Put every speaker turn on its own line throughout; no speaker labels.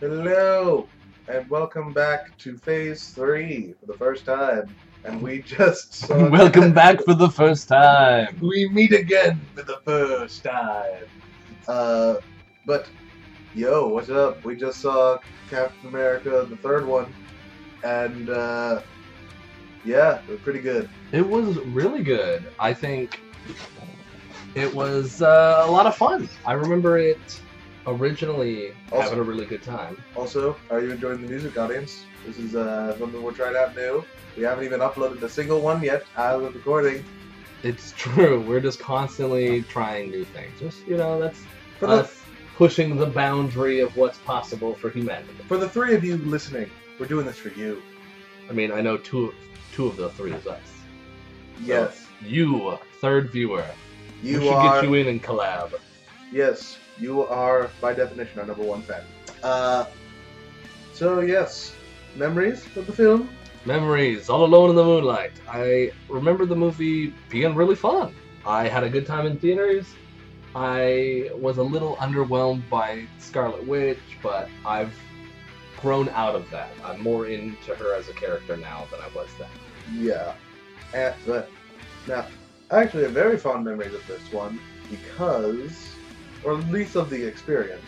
Hello, and welcome back to phase three for the first time. And we just saw.
Welcome back for the first time.
We meet again for the first time. Uh, but, yo, what's up? We just saw Captain America, the third one. And, uh, yeah, it was pretty good.
It was really good. I think it was uh, a lot of fun. I remember it originally
Also-
having a really good time.
Also, are you enjoying the music, audience? This is uh, something we're trying out new. We haven't even uploaded a single one yet out of the recording.
It's true. We're just constantly trying new things. Just you know, that's
For the,
us pushing the boundary of what's possible for humanity.
for the three of you listening, we're doing this for you.
I mean, I know two of two of the three is us.
Yes,
You, third viewer, we
you
should
are.
get you in and collab.
Yes, you are by definition our number one fan. Uh, so yes, memories of the film.
Memories, All Alone in the Moonlight. I remember the movie being really fun. I had a good time in theaters. I was a little underwhelmed by Scarlet Witch, but I've grown out of that. I'm more into her as a character now than I was then.
Yeah, and, but now I actually have very fond memories of this one because, or at least of the experience,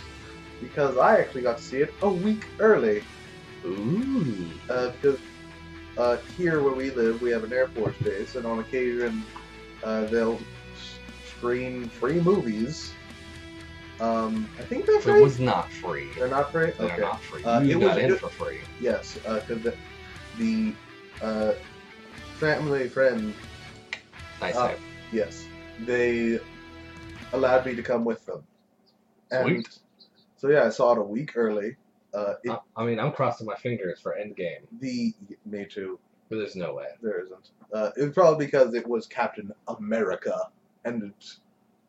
because I actually got to see it a week early.
Ooh.
uh, because uh, here where we live, we have an Air Force base, and on occasion uh, they'll s- screen free movies. Um, I think that's
It
right.
was not free.
They're not free.
They're
Okay.
not free.
Uh,
you
it
got
was-
in
it-
for free.
Yes, because the, the uh, family friend.
Nice
Uh,
save.
Yes, they allowed me to come with them. And
Sweet.
so yeah, I saw it a week early. Uh, it,
I, I mean, I'm crossing my fingers for Endgame,
the me too.
but there's no way.
There isn't. Uh, it was probably because it was Captain America, and it's,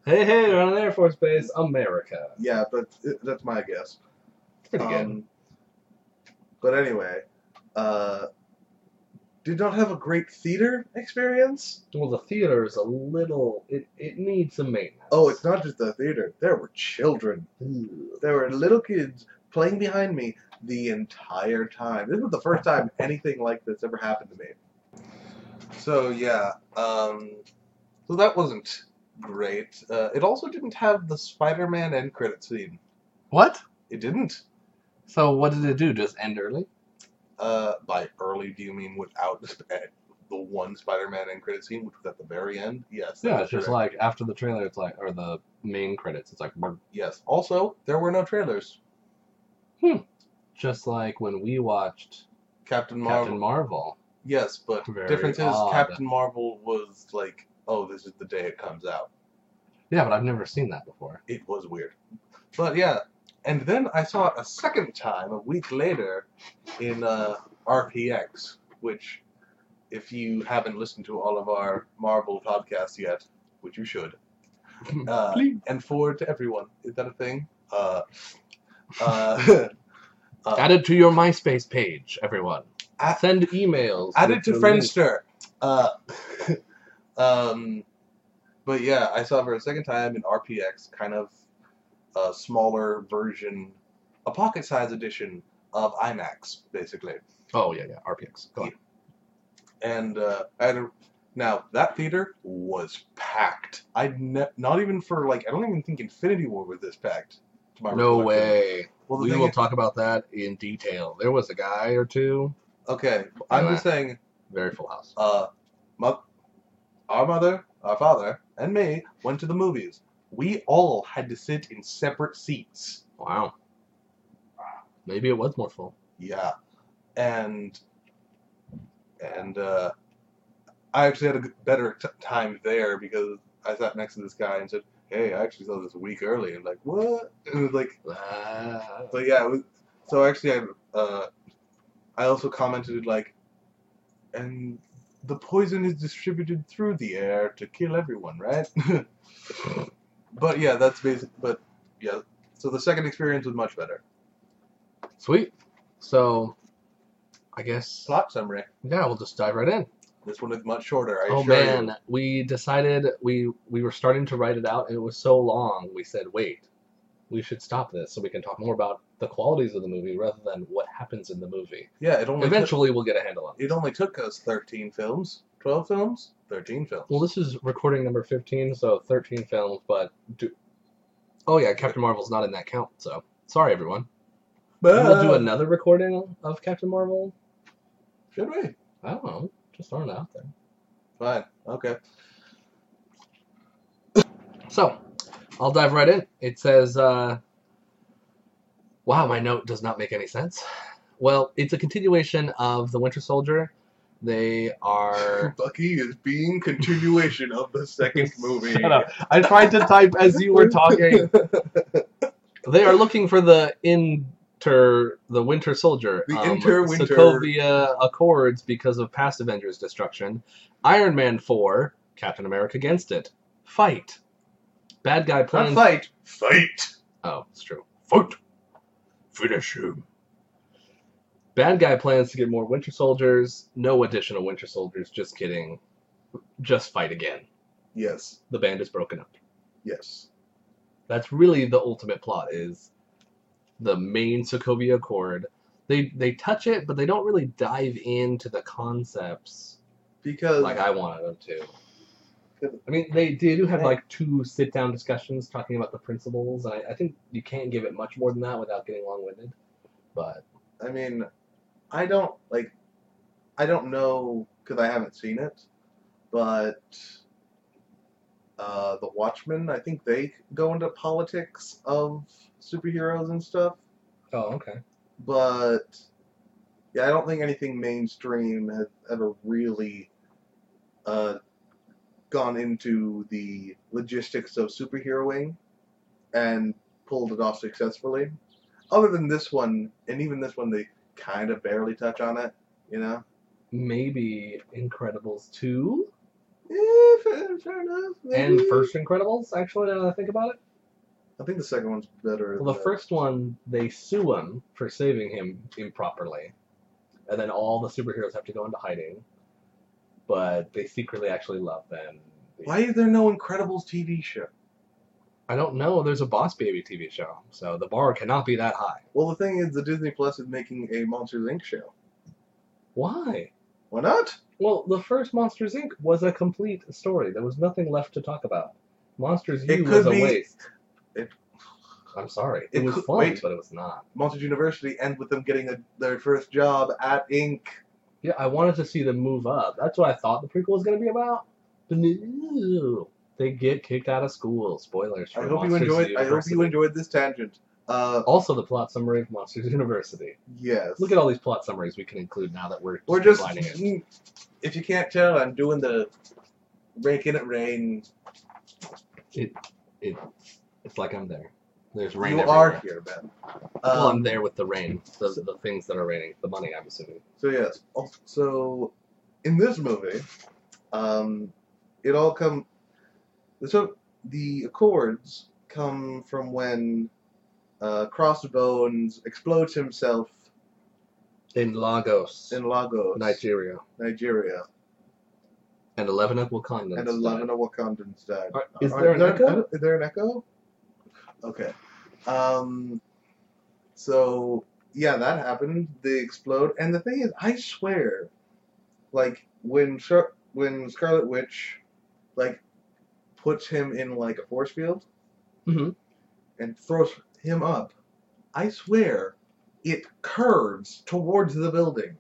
Hey, hey, we're on an Air Force Base, America.
yeah, but it, that's my guess.
It's pretty good.
Um, But anyway, uh, did not have a great theater experience.
Well, the theater is a little. It, it needs some maintenance.
Oh, it's not just the theater. There were children.
Ooh.
There were little kids playing behind me the entire time. This was the first time anything like this ever happened to me. So yeah, um, so that wasn't great. Uh, it also didn't have the Spider-Man end credit scene.
What?
It didn't.
So what did it do? Just end early?
Uh, by early, do you mean without the sp- the one Spider-Man end credit scene, which was at the very end? Yes. that
Yeah,
is
it's just
correct.
like after the trailer, it's like or the main credits, it's like brr.
yes. Also, there were no trailers.
just like when we watched
Captain Marvel.
Captain Marvel.
Yes, but
Very
difference is
odd.
Captain Marvel was like, oh, this is the day it comes out.
Yeah, but I've never seen that before.
It was weird. But yeah, and then I saw it a second time a week later in uh, RPX, which, if you haven't listened to all of our Marvel podcasts yet, which you should, uh,
Please.
and forward to everyone, is that a thing? Uh, uh, uh,
Add it to your MySpace page, everyone.
I-
Send emails.
added
with
to
the
Friendster. Uh, um, but yeah, I saw for a second time in RPX, kind of a smaller version, a pocket size edition of IMAX, basically.
link. Oh yeah, yeah. RPX. Go on.
And uh, I had a, now that theater was packed. I ne- not even for like I don't even think Infinity War was this packed. to my
No
recollection.
way.
Well, the
we
thing
will
is-
talk about that in detail. There was a guy or two.
okay, I'm just saying
Very full house.
uh, mo- our mother, our father, and me went to the movies. We all had to sit in separate seats.
Wow. Maybe it was more full.
Yeah, and and uh, I actually had a g- better t- time there because I sat next to this guy and said, "Hey, I actually saw this a week early." And like, what? And it was like,
Ah.
but yeah, it was, so actually, I uh, I also commented like, and the poison is distributed through the air to kill everyone, right? but yeah, that's basic. But yeah, so the second experience was much better.
Sweet. So, I guess
Plot summary.
yeah, we'll just dive right in.
This one is much shorter. I
oh
assure
man,
You.
we decided we we were starting to write it out, and it was so long. We said, wait, we should stop this so we can talk more about the qualities of the movie rather than what happens in the movie.
Yeah, it only took,
Eventually, we'll get a handle on it.
it only took us thirteen films, twelve films, thirteen films.
Well, this is recording number 15, so 13 films, but. Do... Oh, yeah, Captain Marvel's not in that count, so. Sorry, everyone. Maybe We'll
Uh.
do another recording of Captain Marvel.
Should we?
I don't know. Just throwing it out there.
Fine. Okay.
So, I'll dive right in. It says, uh, wow, my note does not make any sense. Well, it's a continuation of The Winter Soldier. They are.
Bucky is being continuation of the second movie.
Shut up. I tried to type as you were talking. they are looking for the inter the Winter Soldier. um,
The inter-winter-
Sokovia Accords because of past Avengers destruction. Iron Man four. Captain America against it. Fight. Bad guy
Not
plans.
fight. Fight.
Oh, it's true.
Fight. Finish him.
Bad guy plans to get more Winter Soldiers. No additional Winter Soldiers. Just kidding. Just fight again.
Yes.
The band is broken up.
Yes.
that's really the ultimate plot is the main Sokovia Accord. They they touch it, but they don't really dive into the concepts
Because
like I wanted them to. I mean, they, they do have like two sit down discussions talking about the principles, and I, I think you can't give it much more than that without getting long winded. But
I mean, I don't like. I don't know because I haven't seen it, but uh, the Watchmen. I think they go into politics of superheroes and stuff,
oh, okay.
but yeah, I don't think anything mainstream has ever really uh, gone into the logistics of superheroing and pulled it off successfully. Other than this one, and even this one, they kind of barely touch on it, you know?
Maybe Incredibles two
Yeah, Eh, fair, fair enough.
and
maybe.
first Incredibles. Actually, now that I think about it.
I think the second one's better.
Well, the
than-
first one, they sue him for saving him improperly, and then all the superheroes have to go into hiding. But they secretly actually love them.
Why is there no Incredibles TV show?
I don't know. There's a Boss Baby TV show, so the bar cannot be that high.
Well, the thing is, the Disney Plus is making a Monsters Inc. show.
Why?
Why not?
Well, the first Monsters Inc. was a complete story. There was nothing left to talk about. Monsters
It
U
could
was a
be-
waste.
it-
I'm sorry. It,
it
was
could-
fun,
wait.
but it was not.
Monsters University end with them getting a, their first job at Inc.
Yeah, I wanted to see them move up. That's what I thought the prequel was going to be about. But no, they get kicked out of school. Spoilers. For
I hope you
Monsters
enjoyed. I hope you
University.
enjoyed this tangent. Uh,
Also, the plot summary of Monsters University.
yes.
Look at all these plot summaries we can include now that we're
We're just.
streamlining it.
mm, If you can't tell, I'm doing the raking it rain.
It, it's like I'm there. There's rain.
you
everywhere.
are here, Ben. Um,
well, I'm there with the rain. The, the things that are raining. The money, I'm assuming.
So yes. Also, so in this movie, um, it all come. So the accords come from when uh, Crossbones explodes himself
In Lagos,
in Lagos,
Nigeria,
Nigeria,
and 11 of Wakandans.
and
died.
eleven of Wakandans died.
Are- Is
Are-
there an echo?
Is there an echo? Okay. Um. So yeah, that happened. They explode, and the thing is, I swear, like when Char- when Scarlet Witch, like, puts him in like a force field,
Mhm.
and throws him up, I swear, it curves towards the building.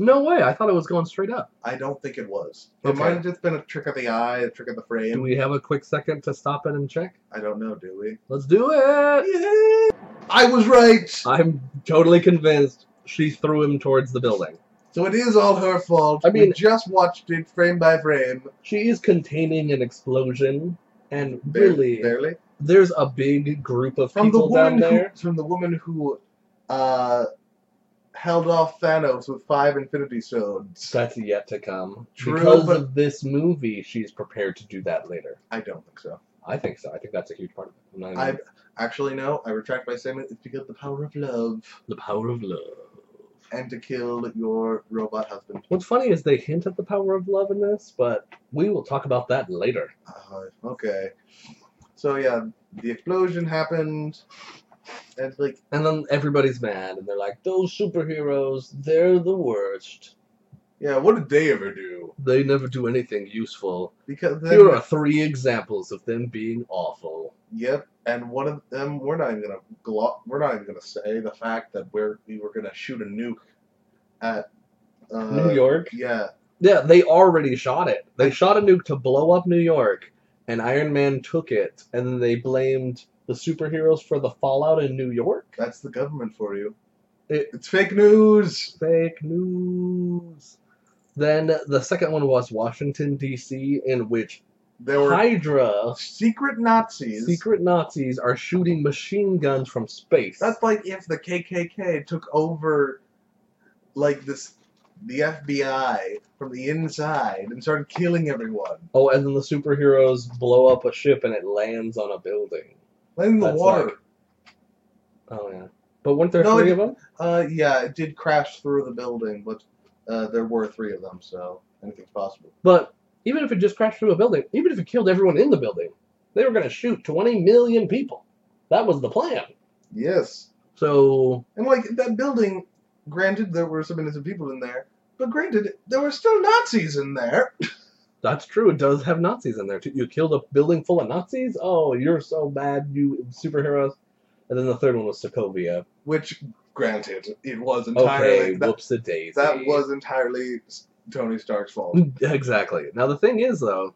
No way. I thought it was going straight up.
I don't think it was. It
Okay.
might have just been a trick of the eye, a trick of the
Do
frame.
we have a quick second to stop it and check?
I don't know. Do we?
Let's do it.
Yeah. I was right.
I'm totally convinced she threw him towards the building.
So it is all her fault.
I
we
mean-
just watched it frame by frame.
She is containing an explosion, and
Bar-
really,
barely.
there's a big group of
From the
people down
woman who,
there.
from the woman who, uh, held off Thanos with five Infinity Stones.
That's yet to come.
True,
because
but-
of this movie, she's prepared to do that later.
I don't think so.
I think so. I think that's a huge part of it. I'm not even-
I actually no. I retract my statement. It's because of the power of love
the power of love.
and to kill your robot husband.
What's funny is they hint at the power of love in this, but we will talk about that later.
Uh, okay. So yeah, the explosion happened, and like
And then everybody's mad, and they're like, "Those superheroes, they're the worst.
yeah, what did they ever do?
They never do anything useful."
Because they
Here are three examples of them being awful.
Yep, and one of them we're not even gonna glo- we're not even gonna say the fact that we're we were gonna shoot a nuke at uh,
New York.
Yeah,
Yeah, they already shot it. They shot a nuke to blow up New York, and Iron Man took it, and then they blamed the superheroes for the fallout in New York.
that's the government for you.
It-
it's fake news.
Fake news. Then the second one was Washington D.C., in which
There were
Hydra
secret Nazis.
secret Nazis are shooting machine guns from space.
That's like if the KKK took over, like this, the FBI from the inside and started killing everyone,
oh, and then the superheroes blow up a ship and it lands on a building.
like in the
That's
water.
like- Oh yeah, but weren't there
No,
three
it-
of them?
Uh, yeah, it did crash through the building, but uh, there were three of them, so anything's possible.
But even if it just crashed through a building, even if it killed everyone in the building, they were going to shoot 20 million people. That was the plan.
Yes,
So,
and like that building, granted there were some innocent people in there, but granted there were still Nazis in there.
that's true. It does have Nazis in there, too. You killed a building full of Nazis? Oh, you're so bad, you superheroes. And then the third one was Sokovia.
Which, granted, it was entirely
Okay,
that,
whoops a daisy.
that was entirely Tony Stark's fault.
Exactly. Now, the thing is, though,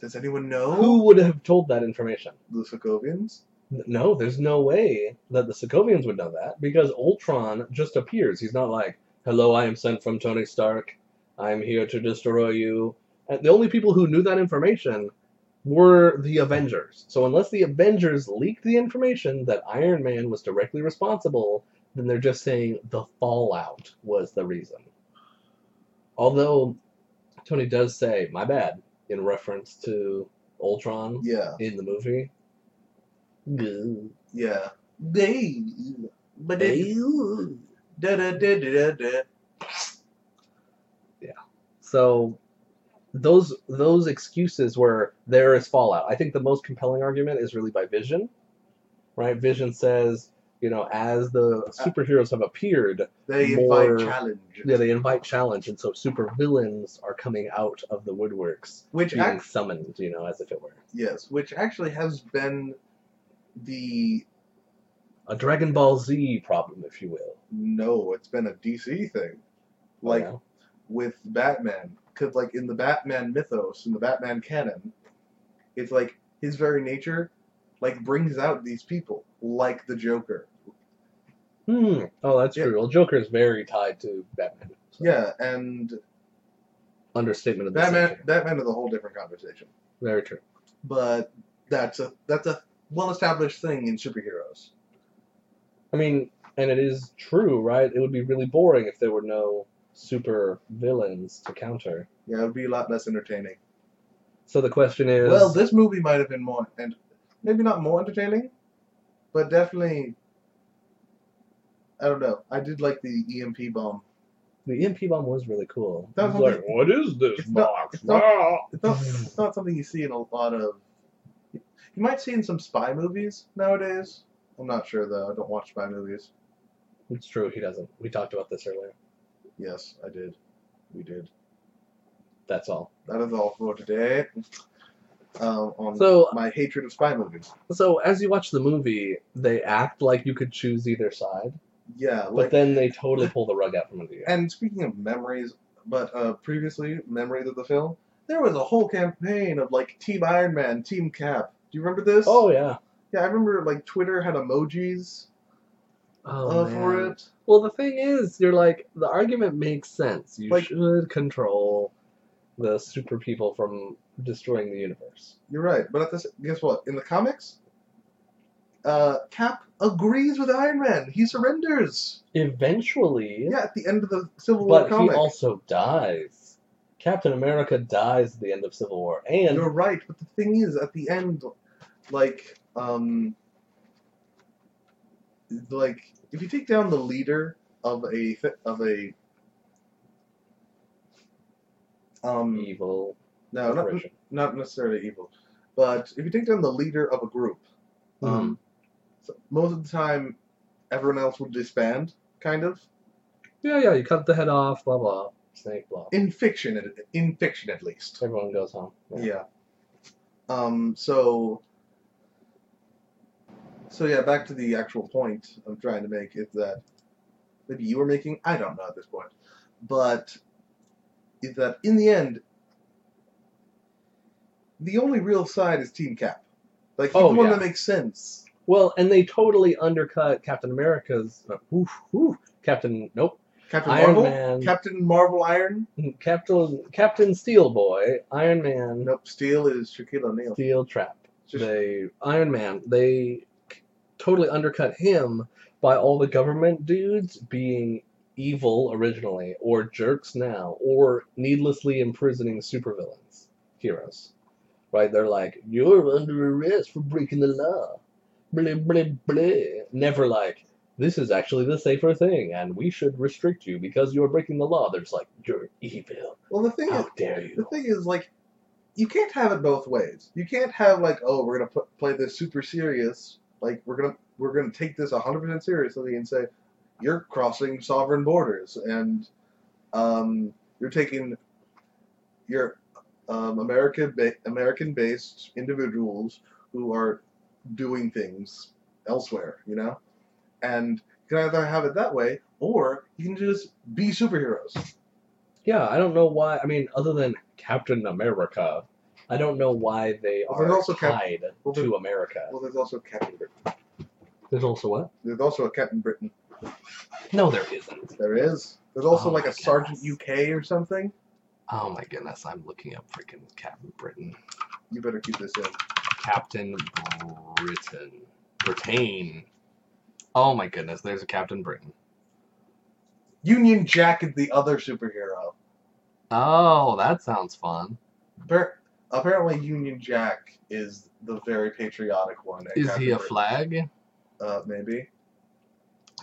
Does anyone know
who would have told that information?
the Sokovians?
N- No, there's no way that the Sokovians would know that because Ultron just appears. He's not like, "Hello, I am sent from Tony Stark. I am here to destroy you." And the only people who knew that information were the Avengers. So unless the Avengers leaked the information that Iron Man was directly responsible, then they're just saying the fallout was the reason. Although Tony does say, "My bad," in reference to Ultron
Yeah,
in the movie. Goo.
yeah. They, but it, da da da da da da.
So those those excuses were there is fallout. I think the most compelling argument is really by Vision. Right? Vision says, you know, as the superheroes have appeared,
They
More-
invite challenge.
yeah, they invite challenge and so supervillains are coming out of the woodworks
which
being
ac-
summoned, you know, as if it were.
yes, which actually has been the
A Dragon Ball Z problem, if you will.
no, it's been a DC thing,
you
like
know?
with Batman, because like in the Batman mythos, in the Batman canon, it's like his very nature, like brings out these people, like the Joker.
Hmm. Oh, that's
Yeah.
true. Well Joker is very tied to Batman. So,
Yeah, and
Understatement of the
Batman,
century.
Batman is a whole different conversation.
Very true.
but that's a that's a well established thing in superheroes.
I mean, and it is true, right? It would be really boring if there were no super villains to counter.
Yeah, it would be a lot less entertaining.
So the question is,
Well, this movie might have been more and maybe not more entertaining, but definitely. I don't know. I did like the EMP bomb.
the EMP bomb was really cool.
That
It
was
like, what is this
It's not-
box?
it's not-
Ah.
It's not it's not something you see in a lot of. You might see in some spy movies nowadays. I'm not sure though. I don't watch spy movies.
It's true. He doesn't. We talked about this earlier.
Yes, I did. We did.
That's all.
That is all for today. Um, on
So,
my hatred of spy movies.
so as you watch the movie, they act like you could choose either side,
Yeah, like
but then they totally pull the rug out from under you.
And speaking of memories, but uh, previously memories of the film, there was a whole campaign of like Team Iron Man, Team Cap. Do you remember this?
Oh yeah.
yeah, I remember like Twitter had emojis
Oh,
uh, for
man.
it.
Well, the thing is, you're like the argument makes sense. You
Like-
should control the super people from destroying the universe.
You're right, but at this, guess what? In the comics, uh, Cap agrees with Iron Man. He surrenders.
Eventually,
Yeah, at the end of the Civil War
but he
comic.
also dies. Captain America dies at the end of Civil War, and
You're right, but the thing is, at the end, like, um, like if you take down the leader of a th- of a, um,
evil
no, not
corporation.
not necessarily evil, but if you take down the leader of a group, Um, so most of the time, everyone else would disband, kind of.
Yeah, yeah, you cut the head off, blah, blah. Snake, blah.
In fiction, at- in fiction at least.
Everyone goes home.
Yeah. Um. So. So yeah, back to the actual point I'm trying to make is that maybe you were making I don't know at this point, but is that in the end, the only real side is Team Cap. Like he's
Oh,
the one
yeah.
that makes sense.
Well, and they totally undercut Captain America's. Uh, oof, oof, Captain. Nope.
Captain
Iron
Marvel,
Man. Mm-hmm.
Captain Marvel Iron.
Captain Captain Steel Boy, Iron Man,
Nope, Steel is Shaquille O'Neal.
Steel Trap.
Just-
They Iron Man. They totally undercut him by all the government dudes being evil originally, or jerks now, or needlessly imprisoning supervillains, heroes. Right? They're like, you're under arrest for breaking the law. Blah blah blah. Never like. This is actually the safer thing, and we should restrict you because you're breaking the law. They're just like, you're evil.
Well, the thing is,
How dare
the
you?
thing is like you can't have it both ways you can't have like oh we're gonna put, play this super serious like we're gonna we're gonna take this 100% seriously and say you're crossing sovereign borders and um, you're taking your um, america ba- american based individuals who are doing things elsewhere you know and you can either have it that way or you can just be superheroes
Yeah, I don't know why. I mean, other than Captain America, I don't know why they
Well,
are
there's also Cap-
tied
well, there-
to America.
well there's also captain britain
There's also what?
there's also a captain britain
No, there isn't.
There is. There's also
Oh
like
my
a Sergeant
goodness.
UK or something.
Oh my goodness, I'm looking up freaking Captain Britain.
You better keep this in.
Captain Britain. Britain. Oh my goodness, there's a Captain Britain.
Union Jack is the other superhero.
Oh, that sounds fun.
Appar- Apparently, Union Jack is the very patriotic one. and
Is
Captain
he a
Britain-
flag? Because
Uh, maybe.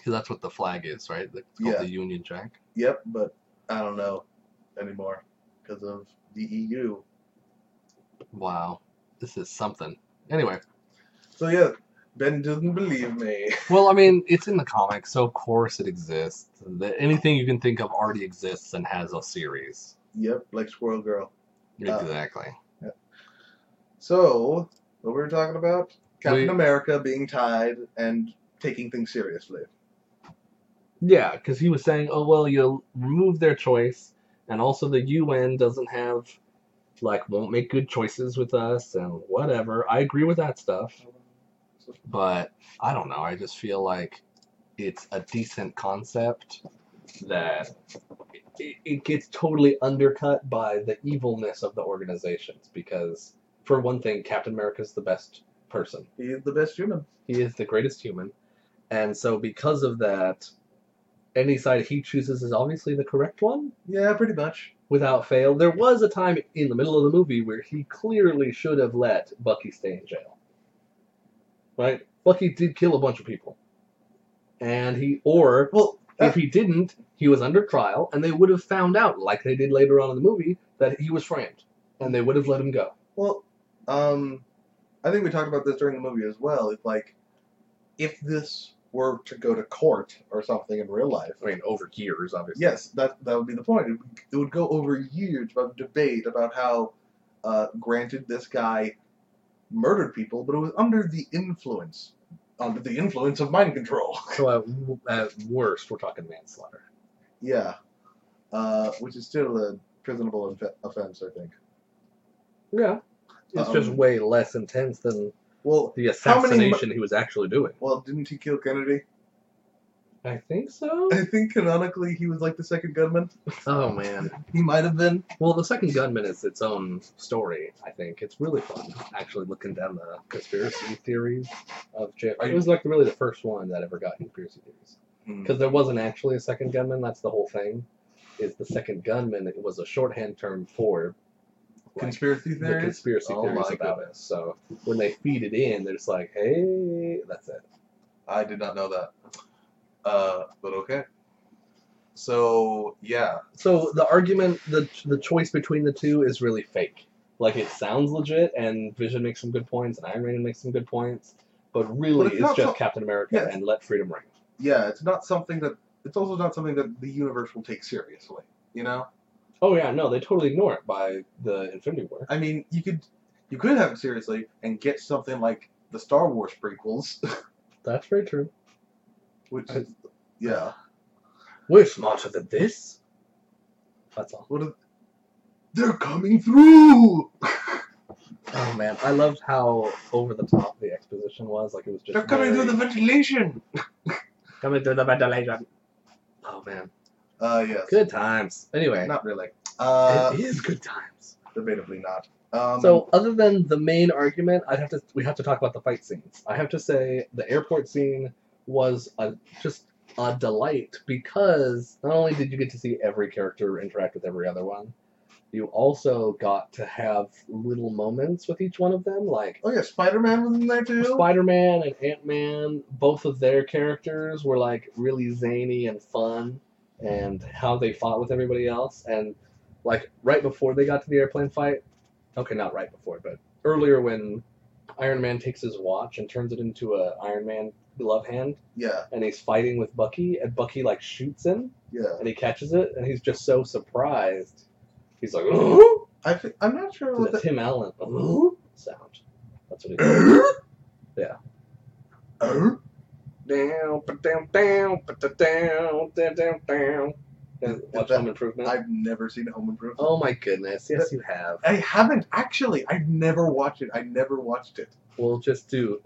that's what the flag is, right? It's called
Yeah.
the Union Jack.
Yep, but I don't know anymore because of the E EU.
Wow. This is something. Anyway.
So yeah, Ben doesn't believe me.
Well, I mean, it's in the comics, so of course it exists. The, anything you can think of already exists and has a series.
yep, like Squirrel Girl. Uh,
Exactly.
So what we were talking about? Captain
We-
America being tied and taking things seriously.
Yeah, because he was saying, oh, well, you remove their choice, and also the UN doesn't have, like, won't make good choices with us, and whatever. I agree with that stuff, but I don't know. I just feel like it's a decent concept that it, it gets totally undercut by the evilness of the organizations, because, for one thing, Captain America's the best person.
He's the best human.
He is the greatest human. And so, because of that, any side he chooses is obviously the correct one
Yeah, pretty much.
without fail. There was a time in the middle of the movie where he clearly should have let Bucky stay in jail. Right? Bucky did kill a bunch of people. And he, or
Well,
if he didn't, he was under trial and they would have found out, like they did later on in the movie, that he was framed. And they would have let him go.
well, um, I think we talked about this during the movie as well. It's like, if this were to go to court or something in real life,
I mean, over years, obviously.
yes, that that would be the point. It would, it would go over years of debate about how, uh, granted, this guy murdered people, but it was under the influence, under the influence of mind control.
So at, w- at worst, we're talking manslaughter.
yeah, uh, which is still a prisonable infe- offense, I think.
Yeah. It's
Um,
just way less intense than
Well,
the
How many mu-
assassination he was actually doing.
well, didn't he kill Kennedy?
I think so.
I think canonically he was like the second gunman.
oh man.
He might have been.
Well, the second gunman is its own story. I think it's really fun actually looking down the conspiracy theories of JFK. It was like really the first one that ever got conspiracy theories because there wasn't actually a second gunman. That's the whole thing. Is the second gunman? It was a shorthand term for like,
Conspiracy
the
theories.
conspiracy
Oh
theories
my
about it. So when they feed it in, they're just like, hey, that's it.
I did not know that. Uh, but okay. So yeah,
so the argument the the choice between the two is really fake like it sounds legit and vision makes some good points and iron man makes some good points but really
it's
it's,
not
just
so-
Captain America
Yeah.
and let freedom ring.
yeah, it's not something that it's also not something that the universe will take seriously. You know,
Oh yeah, no, they totally ignore it by the Infinity War.
I mean, you could you could have it seriously and get something like the Star Wars prequels,
That's very true.
which is yeah.
We're smarter than this. That's all.
What? Are, they're coming through.
Oh man, I loved how over the top the exposition was. Like it was just
they're coming through
very-
the ventilation.
coming through the ventilation. Oh man,
Uh, yes.
good times. Anyway,
Not really. Uh,
it is good times.
debatably not. Um,
so other than the main argument, I'd have to we have to talk about the fight scenes. I have to say the airport scene was a, just a delight because not only did you get to see every character interact with every other one, you also got to have little moments with each one of them, like
oh yeah, Spider Man was in there too.
Spider Man and Ant Man, both of their characters were like really zany and fun, and how they fought with everybody else. And like right before they got to the airplane fight, okay, not right before, but earlier when Iron Man takes his watch and turns it into a Iron Man glove hand,
yeah,
and he's fighting with Bucky, and Bucky like shoots him,
yeah.
and he catches it, and he's just so surprised. He's like, "Oh!"
I thi- I'm not sure what
the
that.
Tim Allen "Oh" sound. That's what he.
Uh-huh.
Yeah.
Er?
down, but down, down, but down, down, down, down. And Watch
That-
Home Improvement.
I've never seen Home Improvement.
oh my goodness! Yes, you have.
I haven't actually. I've never watched it. I never watched it.
We'll just do.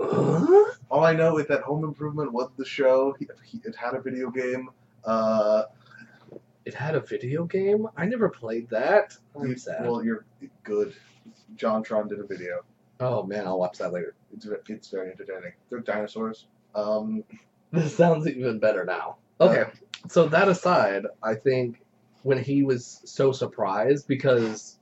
All I know is that Home Improvement was the show. He, he, it had a video game. Uh,
It had a video game. I never played that.
you-
I'm sad.
Well, you're good. John Tron did a video.
Oh man, I'll watch that later.
It's ve- it's very entertaining. They're dinosaurs. Um, uh,
This sounds even better now. Okay, so that aside, I think when he was so surprised because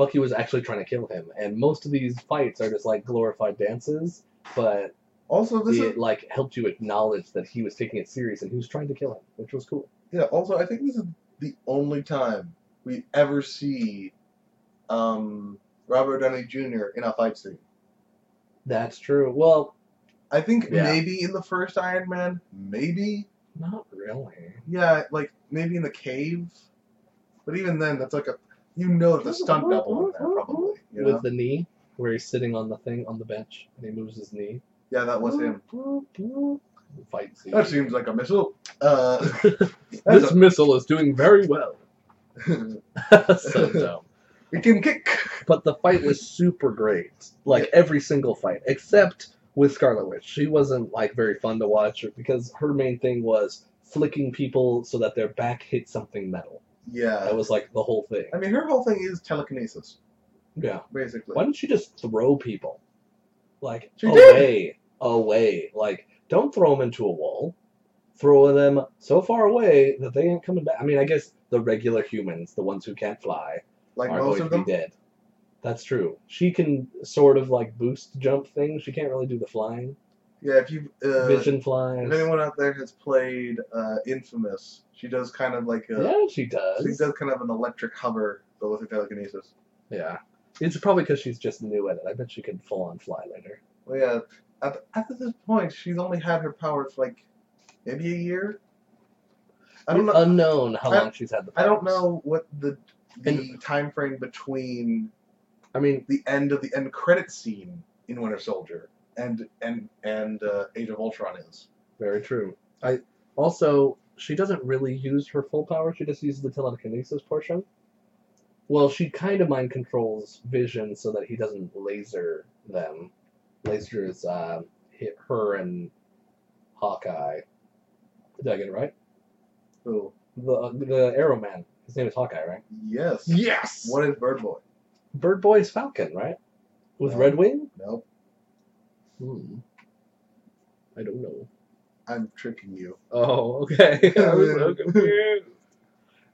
Bucky was actually trying to kill him, and most of these fights are just like glorified dances, but
also, this
it
is
like helped you acknowledge that he was taking it serious and he was trying to kill him, which was cool.
yeah. Also, I think this is the only time we ever see um, Robert Downey Jr. in a fight scene.
That's true. Well,
I think
Yeah.
maybe in the first Iron Man, maybe
not really.
Yeah, like maybe in the cave. But even then, that's like a you know the stunt double in there probably. You know?
With the knee, where he's sitting on the thing on the bench and he moves his knee.
Yeah, that was him.
Fight scene.
That seems like a missile. Uh,
this
that's
missile is doing very well.
a,
so dumb.
it can kick.
But the fight was super great. Like
Yeah.
every single fight, except with Scarlet Witch. She wasn't like very fun to watch because her main thing was flicking people so that their back hit something metal. That
Yeah,
was like the whole thing.
I mean her whole thing is telekinesis,
Yeah.
basically.
Why don't you just throw people? Like
She did.
away, away. Like don't throw them into a wall. Throw them so far away that they ain't coming back. I mean, I guess the regular humans, the ones who can't fly,
Like
are
most
going
of
to be
them.
dead. That's true. She can sort of like boost jump thing. She can't really do the flying.
Yeah, if you uh,
Vision flies.
if anyone out there has played uh, Infamous, she does kind of like a
Yeah, she
she
does.
does kind of an electric hover, but with a telekinesis.
Yeah. It's probably because she's just new at it. I bet she could full on fly later.
Well, yeah. At, at this point, she's only had her powers for like maybe a year. I don't
It's
know.
Unknown how
I-
long she's had the.
I don't
powers.
know what the the time frame between
I mean,
the end of the end credit scene in Winter Soldier and and and uh, Age of Ultron is.
Very true. I also she doesn't really use her full power. She just uses the telekinesis portion. Well, she kind of mind controls Vision so that he doesn't laser them. Lasers uh, hit her and Hawkeye. Did I get it right?
So
The uh, the Arrow Man. His name is Hawkeye, right?
yes.
Yes.
What is Bird Boy?
Bird Boy is Falcon, right? With
No.
Red Wing.
Nope.
Hmm. I don't know.
I'm tricking you.
Oh, okay. I was so
Yeah.
confused.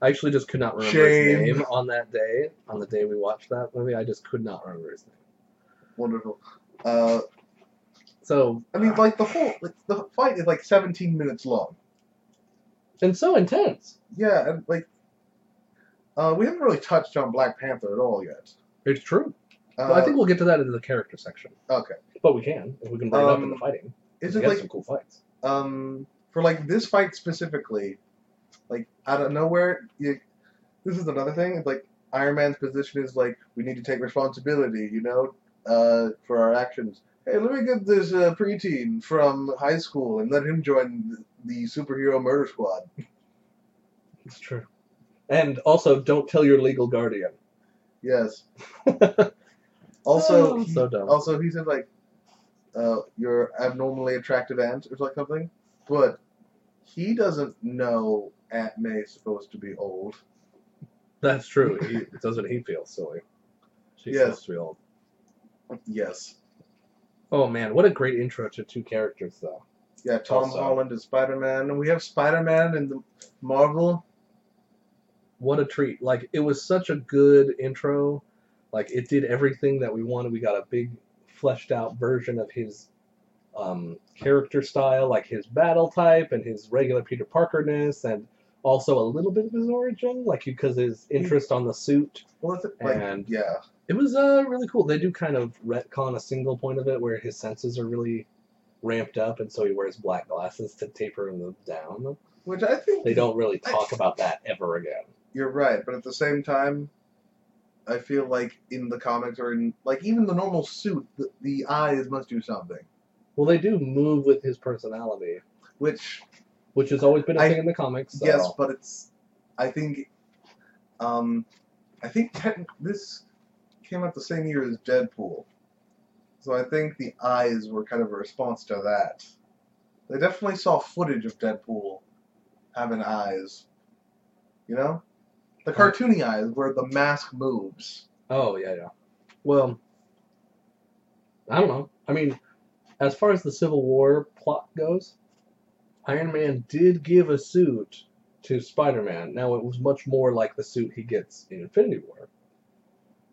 I actually just could not remember
Shame.
his name on that day. On the day we watched that movie, I just could not remember his name.
Wonderful. Uh,
So
I mean, like the whole like, the fight is like 17 minutes long.
and so intense.
Yeah, and like uh, we haven't really touched on Black Panther at all yet.
It's true.
Uh,
Well, I think we'll get to that in the character section.
Okay.
But we can if we can bring it up in the
Um,
fighting.
Is
We
it
got
like
some cool fights?
um for like this fight specifically, like out of nowhere, you, this is another thing. It's like Iron Man's position is like we need to take responsibility, you know, uh, for our actions. Hey, let me get this uh, preteen from high school and let him join the superhero murder squad.
It's true. And also, don't tell your legal guardian.
Yes. Also,
Oh,
he-
so dumb.
also he said like, uh, "You're abnormally attractive aunt" or like something, but he doesn't know Aunt May's supposed to be old.
That's true. He, doesn't he feel silly? She's
Yes.
supposed to be old.
Yes.
Oh man, what a great intro to two characters though.
Yeah, Tom
Also.
Holland is Spider Man, and we have Spider Man in the Marvel.
What a treat. Like it was such a good intro. Like it did everything that we wanted. We got a big fleshed out version of his um, character style, like his battle type and his regular Peter Parkerness and also a little bit of his origin, like because his interest on the suit.
Well, that's it, like,
And-
yeah,
It was uh, really cool. They do kind of retcon a single point of it where his senses are really ramped up, and so he wears black glasses to taper them down.
which I think
They don't really talk about that ever again.
You're right, but at the same time, I feel like in the comics or in like even the normal suit, the, the eyes must do something,
Well, they do move with his personality,
which
which has always been a
I-
thing in the comics. So.
Yes, but it's. I think. Um, I think techn- this came out the same year as Deadpool, so I think the eyes were kind of a response to that. They definitely saw footage of Deadpool having eyes. You know, the
Huh.
cartoony eyes where the mask moves.
Oh yeah, yeah. Well, I don't know. I mean, as far as the Civil War plot goes, Iron Man did give a suit to Spider-Man. Now it was much more like the suit he gets in Infinity War.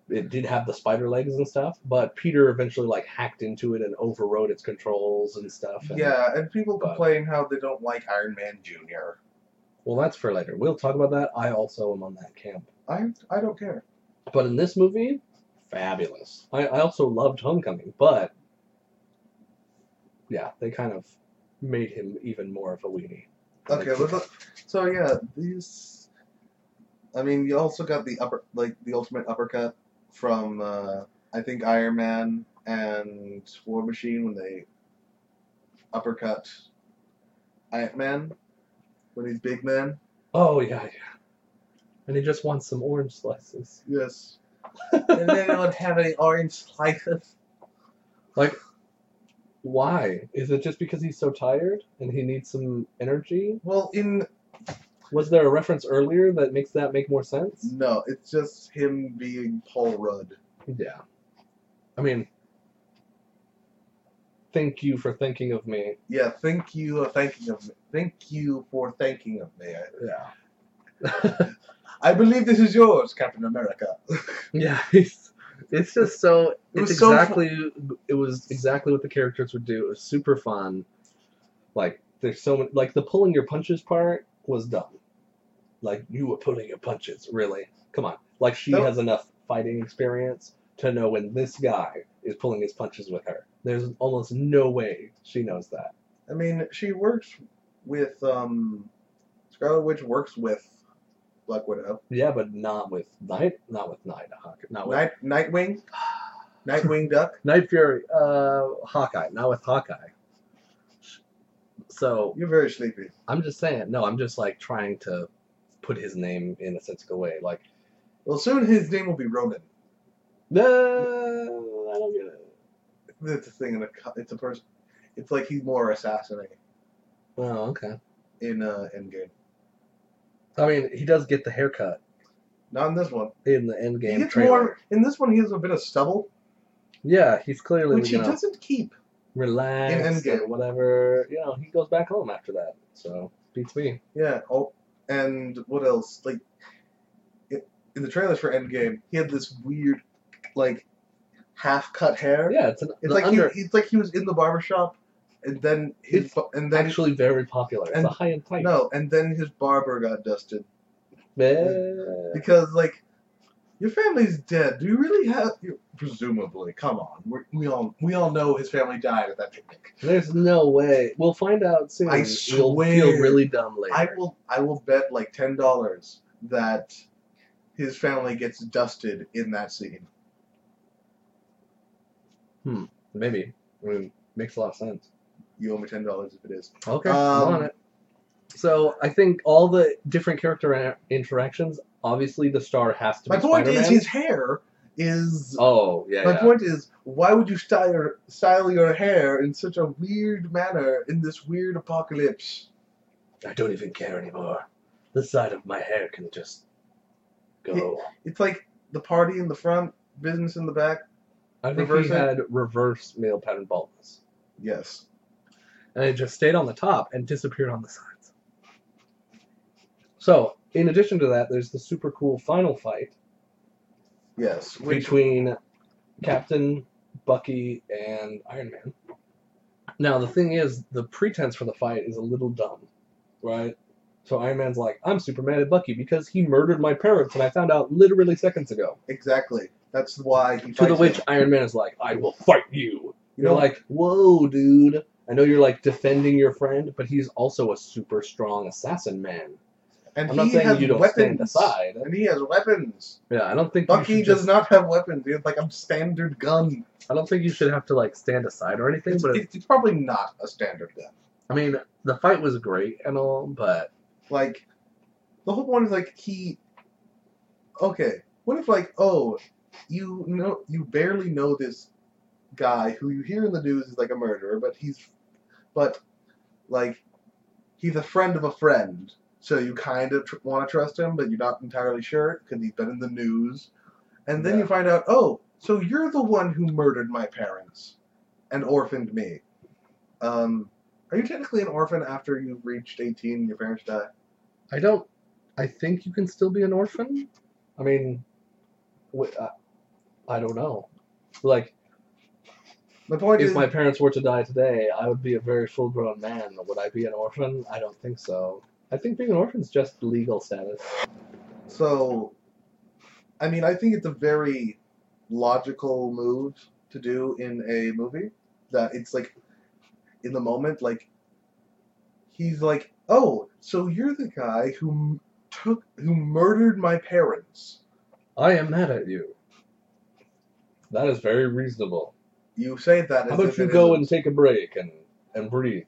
It did have the spider legs and stuff, but Peter eventually like hacked into it and overrode its controls and stuff. and-
Yeah, and people
But-
complain how they don't like Iron Man Junior.
Well, that's for later. We'll talk about that. I also am on that camp.
I I don't care.
But in this movie, fabulous. I, I also loved Homecoming, but yeah, they kind of made him even more of a weenie.
Okay,
Like,
let's look- so yeah, these. I mean, you also got the upper, like the ultimate uppercut from uh, I think Iron Man and War Machine when they uppercut Ant Man when he's big man.
oh yeah, yeah. And he just wants some orange slices.
Yes. Does anyone have any orange slices?
Why? Is it just because he's so tired and he needs some energy?
Well, in
Was there a reference earlier that makes that make more sense?
no, it's just him being Paul Rudd.
Yeah. I mean, thank you for thinking of me.
Yeah, thank you, uh, thanking of me. Thank you for thanking of me. I,
Yeah.
I believe this is yours, Captain America.
Yeah, it's, it's just so.
It
it's
was so fu-
exactly. it was exactly what the characters would do. It was super fun. Like there's so many. Like the pulling your punches part was dumb. Like you were pulling your punches. Really, come on. Like she
That-
has enough fighting experience to know when this guy is pulling his punches with her. There's almost no way she knows that.
I mean, she works with um, Scarlet Witch works with Black Widow.
Yeah, but not with night. Not with night. uh, Not with
Night Nightwing, Nightwing Duck.
Night Fury, uh, Hawkeye, not with Hawkeye. So
You're very sleepy.
I'm just saying, no, I'm just like trying to put his name in a sensical way. Like,
Well, soon his name will be Ronan.
no, I don't get it.
It's a thing in a. co- It's a person. It's like he's more assassinating
Oh, okay.
in uh, Endgame.
I mean, he does get the haircut
Not in this one.
in the end
he
game
gets
trailer.
more in this one. He has a bit of stubble,
Yeah, he's clearly
which he
you know,
doesn't keep.
relax
In Endgame.
or whatever. You know, he goes back home after that. So beats me.
Yeah. Oh, and what else? Like, it, in the trailers for Endgame, he had this weird, like, half-cut hair.
Yeah, it's an
It's
the
like
under.
he, it's like he was in the barbershop, and then his
It's
ba- and then
actually very popular. It's
and-
a high end type.
no, and then his barber got dusted
Eh,
because like Your family's dead. Do you really have? You, presumably, come on. we we all we all know his family died at that picnic.
There's no way. We'll find out soon.
I
We'll feel
swear.
really dumb later.
I will I will bet like ten dollars that his family gets dusted in that scene.
Maybe. I mean, makes a lot of sense.
You owe me ten dollars if it is.
Okay,
Um,
I'm on it. So I think all the different character in- interactions. Obviously, the star has to
My
be
point
Spider-Man.
is his hair is.
Oh yeah.
my
yeah.
point is why would you style your, style your hair in such a weird manner in this weird apocalypse?
I don't even care anymore. The side of my hair can just go.
It's like the party in the front, business in the back.
I think
Reverse
he
it?
had reverse male pattern baldness,
Yes.
and it just stayed on the top and disappeared on the sides. So, in addition to that, there's the super cool final fight
Yes. Which
between Captain Bucky and Iron Man. Now the thing is, the pretense for the fight is a little dumb, right? So Iron Man's like, "I'm Superman at Bucky because he murdered my parents, and I found out literally seconds ago."
exactly. That's why he
To the
fights
which
him.
Iron Man is like, "I will fight you."
You
You're
know,
like, "Whoa, dude! I know you're like defending your friend, but he's also a super strong assassin man."
and
I'm not
he
saying
has
you don't
weapons.
stand aside.
And he has weapons.
Yeah, I don't think you
Bucky
should
does
just-
not have weapons. He has like a standard gun.
I don't think you should have to like stand aside or anything.
It's,
but
it's, it's probably not a standard gun.
I mean, the fight was great and all, but
Like, the whole point is like he. Okay, what if like oh, you know you barely know this guy who you hear in the news is like a murderer, but he's, but, like, he's a friend of a friend, so you kind of tr- want to trust him, but you're not entirely sure because he's been in the news, and then you
Yeah.
find out oh, so you're the one who murdered my parents, and orphaned me. Um, are you technically an orphan after you've reached 18 and your parents die?
I don't. I think you can still be an orphan. I mean, wh- I, I don't know. Like,
The point
if
is,
my parents were to die today, I would be a very full-grown man. Would I be an orphan? I don't think so. I think being an orphan is just legal status.
so, I mean, I think it's a very logical move to do in a movie that it's like, in the moment, like, he's like, oh, so you're the guy who m- took, who murdered my parents.
I am mad at you. That is very reasonable.
You say that as
How
if
about you
it
go
isn't-
and take a break and and breathe?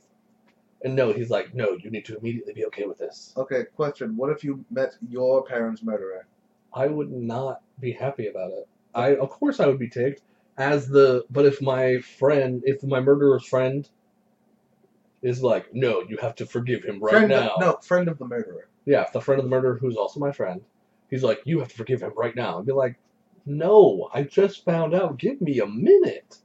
And no, he's like, no, you need to immediately be okay with this.
Okay, question. What if you met your parents' murderer?
I would not be happy about it. I of course I would be ticked as the but if my friend if my murderer's friend is like, no, you have to forgive him right
friend
now.
Of, no, friend of the murderer.
Yeah, if the friend of the murderer who's also my friend, he's like, you have to forgive him right now. I'd be like, no, I just found out. Give me a minute.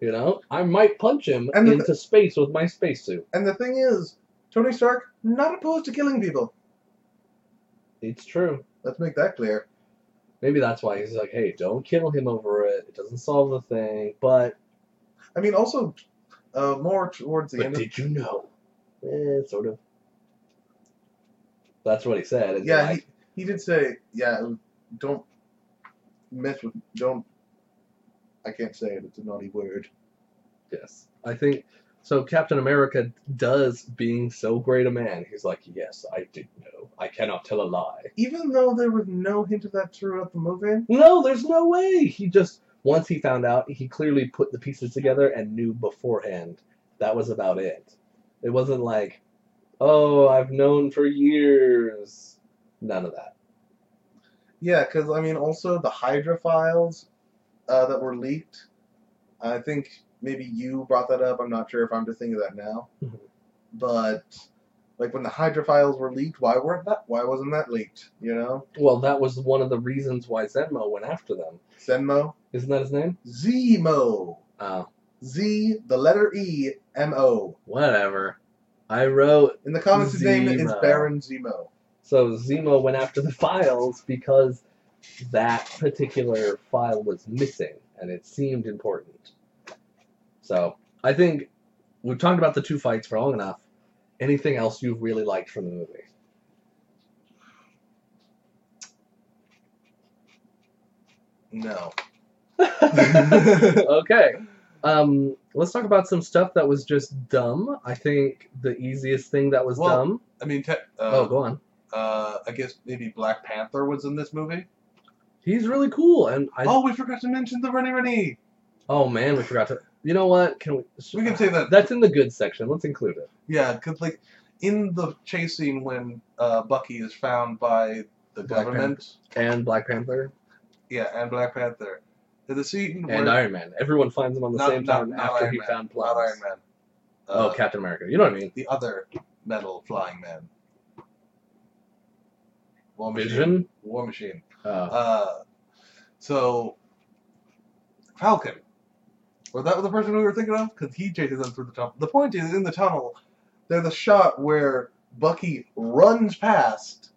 You know, I might punch him
And the-
into space with my spacesuit.
And the thing is, Tony Stark not opposed to killing people.
It's true.
Let's make that clear.
Maybe that's why he's like, hey, don't kill him over it. It doesn't solve the thing, but
I mean, also uh, more towards the
But
end.
did you know? Eh, sort of. That's what he said.
of,
It's
yeah,
like,
he, he did say, yeah, don't mess with, don't. I can't say it. It's a naughty word.
yes. I think so. Captain America does being so great a man. He's like, yes, I did know. I cannot tell a lie.
Even though there was no hint of that throughout the movie,
No, there's no way. He just once he found out, he clearly put the pieces together and knew beforehand. That was about it. It wasn't like, oh, I've known for years. None of that.
yeah, because I mean, also the Hydra files uh, that were leaked. I think maybe you brought that up. I'm not sure if I'm just thinking of that now. but like when the Hydra files were leaked, why weren't that? Why wasn't that leaked? You know,
Well, that was one of the reasons why Zenmo went after them.
Zenmo,
Isn't that his name?
Zemo,
Oh,
Z, the letter E, M O.
whatever. I wrote.
In the comics, his name is
Zemo.
Baron Zemo.
So Zemo went after the files because that particular file was missing and it seemed important. So I think we've talked about the two fights for long enough. Anything else you've really liked from the movie?
No.
okay. Um, let's talk about some stuff that was just dumb. I think the easiest thing that was
Well,
dumb.
I mean, te-
oh,
uh,
go on.
uh, I guess maybe Black Panther was in this movie.
He's really cool, and I. Oh,
oh, we forgot to mention the Rennie Rennie.
man, we forgot to. You know what? Can we?
We can say that.
That's in the good section. Let's include it.
Yeah, because like in the chase scene when uh, Bucky is found by the
Black
government.
And Black Panther
Yeah, and Black Panther. To the scene where
and Iron Man. Everyone finds him on the
Not-
same
not-
time
not
after
Iron
he
Man.
found
not
Plows.
Iron Man.
Oh,
Uh,
Captain America. You know what I mean?
The other metal flying man. War Machine.
Vision.
War Machine.
Uh,
Uh, so Falcon. Was that the person we were thinking of? Because he chases them through the tunnel. The point is, in the tunnel, there's a shot where Bucky runs past,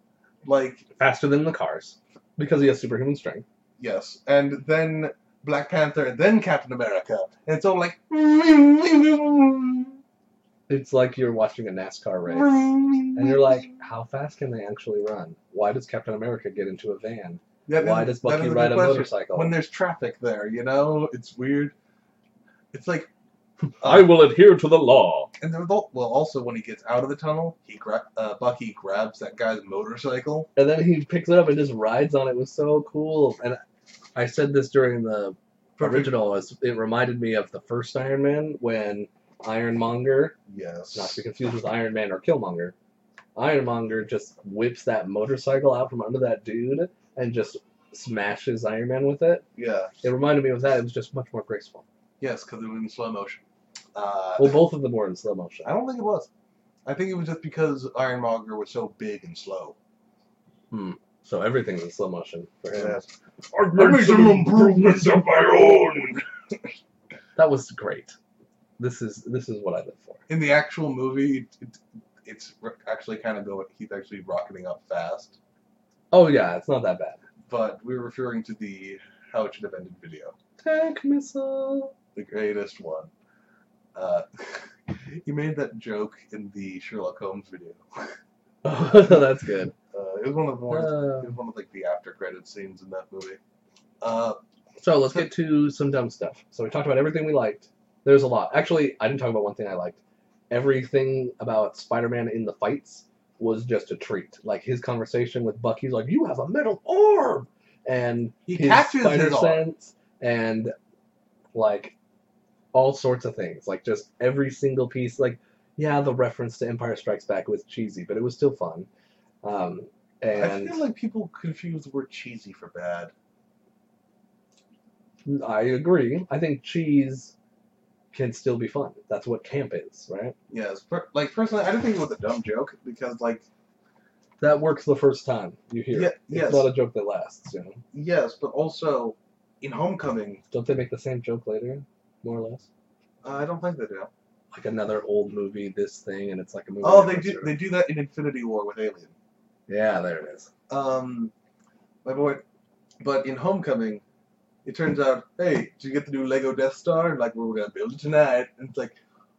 like
faster than the cars because he has superhuman strength.
Yes, and then Black Panther, and then Captain America, and it's all like.
It's like you're watching a NASCAR race. And you're like, how fast can they actually run? Why does Captain America get into a van?
That is-
Why does
that
Bucky
is a
ride
good
a
question.
motorcycle?
When there's traffic there, you know, it's weird. It's like, uh,
I will adhere to the law.
and the result. Well, also when he gets out of the tunnel, he gra- uh, Bucky grabs that guy's motorcycle.
And then he picks it up and just rides on it. It was so cool. And I said this during the original. Is it reminded me of the first Iron Man when Ironmonger,
Yes.
not to be confused with Iron Man or Killmonger, Ironmonger just whips that motorcycle out from under that dude and just smashes Iron Man with it.
yeah.
It reminded me of that. It was just much more graceful.
Yes, because it was in slow motion. Uh,
Well, both of them were in slow motion.
I don't think it was. I think it was just because Ironmonger was so big and slow.
So everything's in slow motion for him.
I've
made some
improvements of my own.
That was great. This is this is what I live for.
In the actual movie, it, it, it's r- actually kind of going. He's actually rocketing up fast,
Oh yeah, it's not that bad.
but we're referring to the how it should have ended video,
Tank missile.
the greatest one. Uh, he made that joke in the Sherlock Holmes video.
Oh, that's good.
Uh, it was one of the more.
Uh,
it was one of like the after credit scenes in that movie. Uh,
so let's get to some dumb stuff. So we talked about everything we liked. There's a lot. Actually, I didn't talk about one thing I liked. Everything about Spider-Man in the fights was just a treat. Like his conversation with Bucky's like, "You have a metal arm," and
he
his
catches
spider
his arm.
sense and like all sorts of things. Like just every single piece. Like yeah, the reference to Empire Strikes Back was cheesy, but it was still fun. Um,
I
and
feel like people confuse the word cheesy for bad.
I agree. I think cheese can still be fun. That's what camp is, right?
Yes, per- like personally, I didn't think it was a dumb joke because like
That works the first time you hear
Yeah,
it. It's
yes.
not a joke that lasts. You know?
Yes, but also in Homecoming,
Don't they make the same joke later, more or less?
uh, I don't think they do.
Like another old movie, this thing, and it's like a movie.
Oh, they
reference
do.
or-
They do that in Infinity War with Alien.
Yeah, there it is.
Um, my boy. But in Homecoming, it turns out, hey, did you get the new Lego Death Star? And like, well, we're gonna build it tonight. And it's like,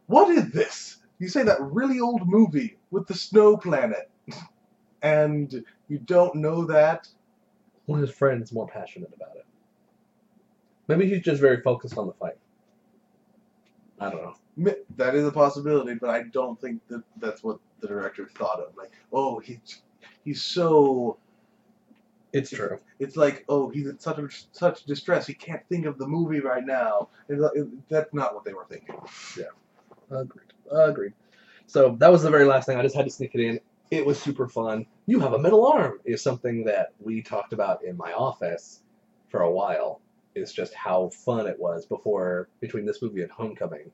what is this? You say that really old movie with the snow planet, and you don't know that.
Well, his friend is more passionate about it. Maybe he's just very focused on the fight. I don't know.
Mi- That is a possibility, but I don't think that that's what the director thought of. Like, oh, he's he's so
It's true.
it's like, oh, he's in such such distress. He can't think of the movie right now. It's like- it- that's not what they were thinking.
Agreed. Agreed. So that was the very last thing. I just had to sneak it in. It was super fun. You have a metal arm is something that we talked about in my office for a while. Is just how fun it was before between this movie and Homecoming.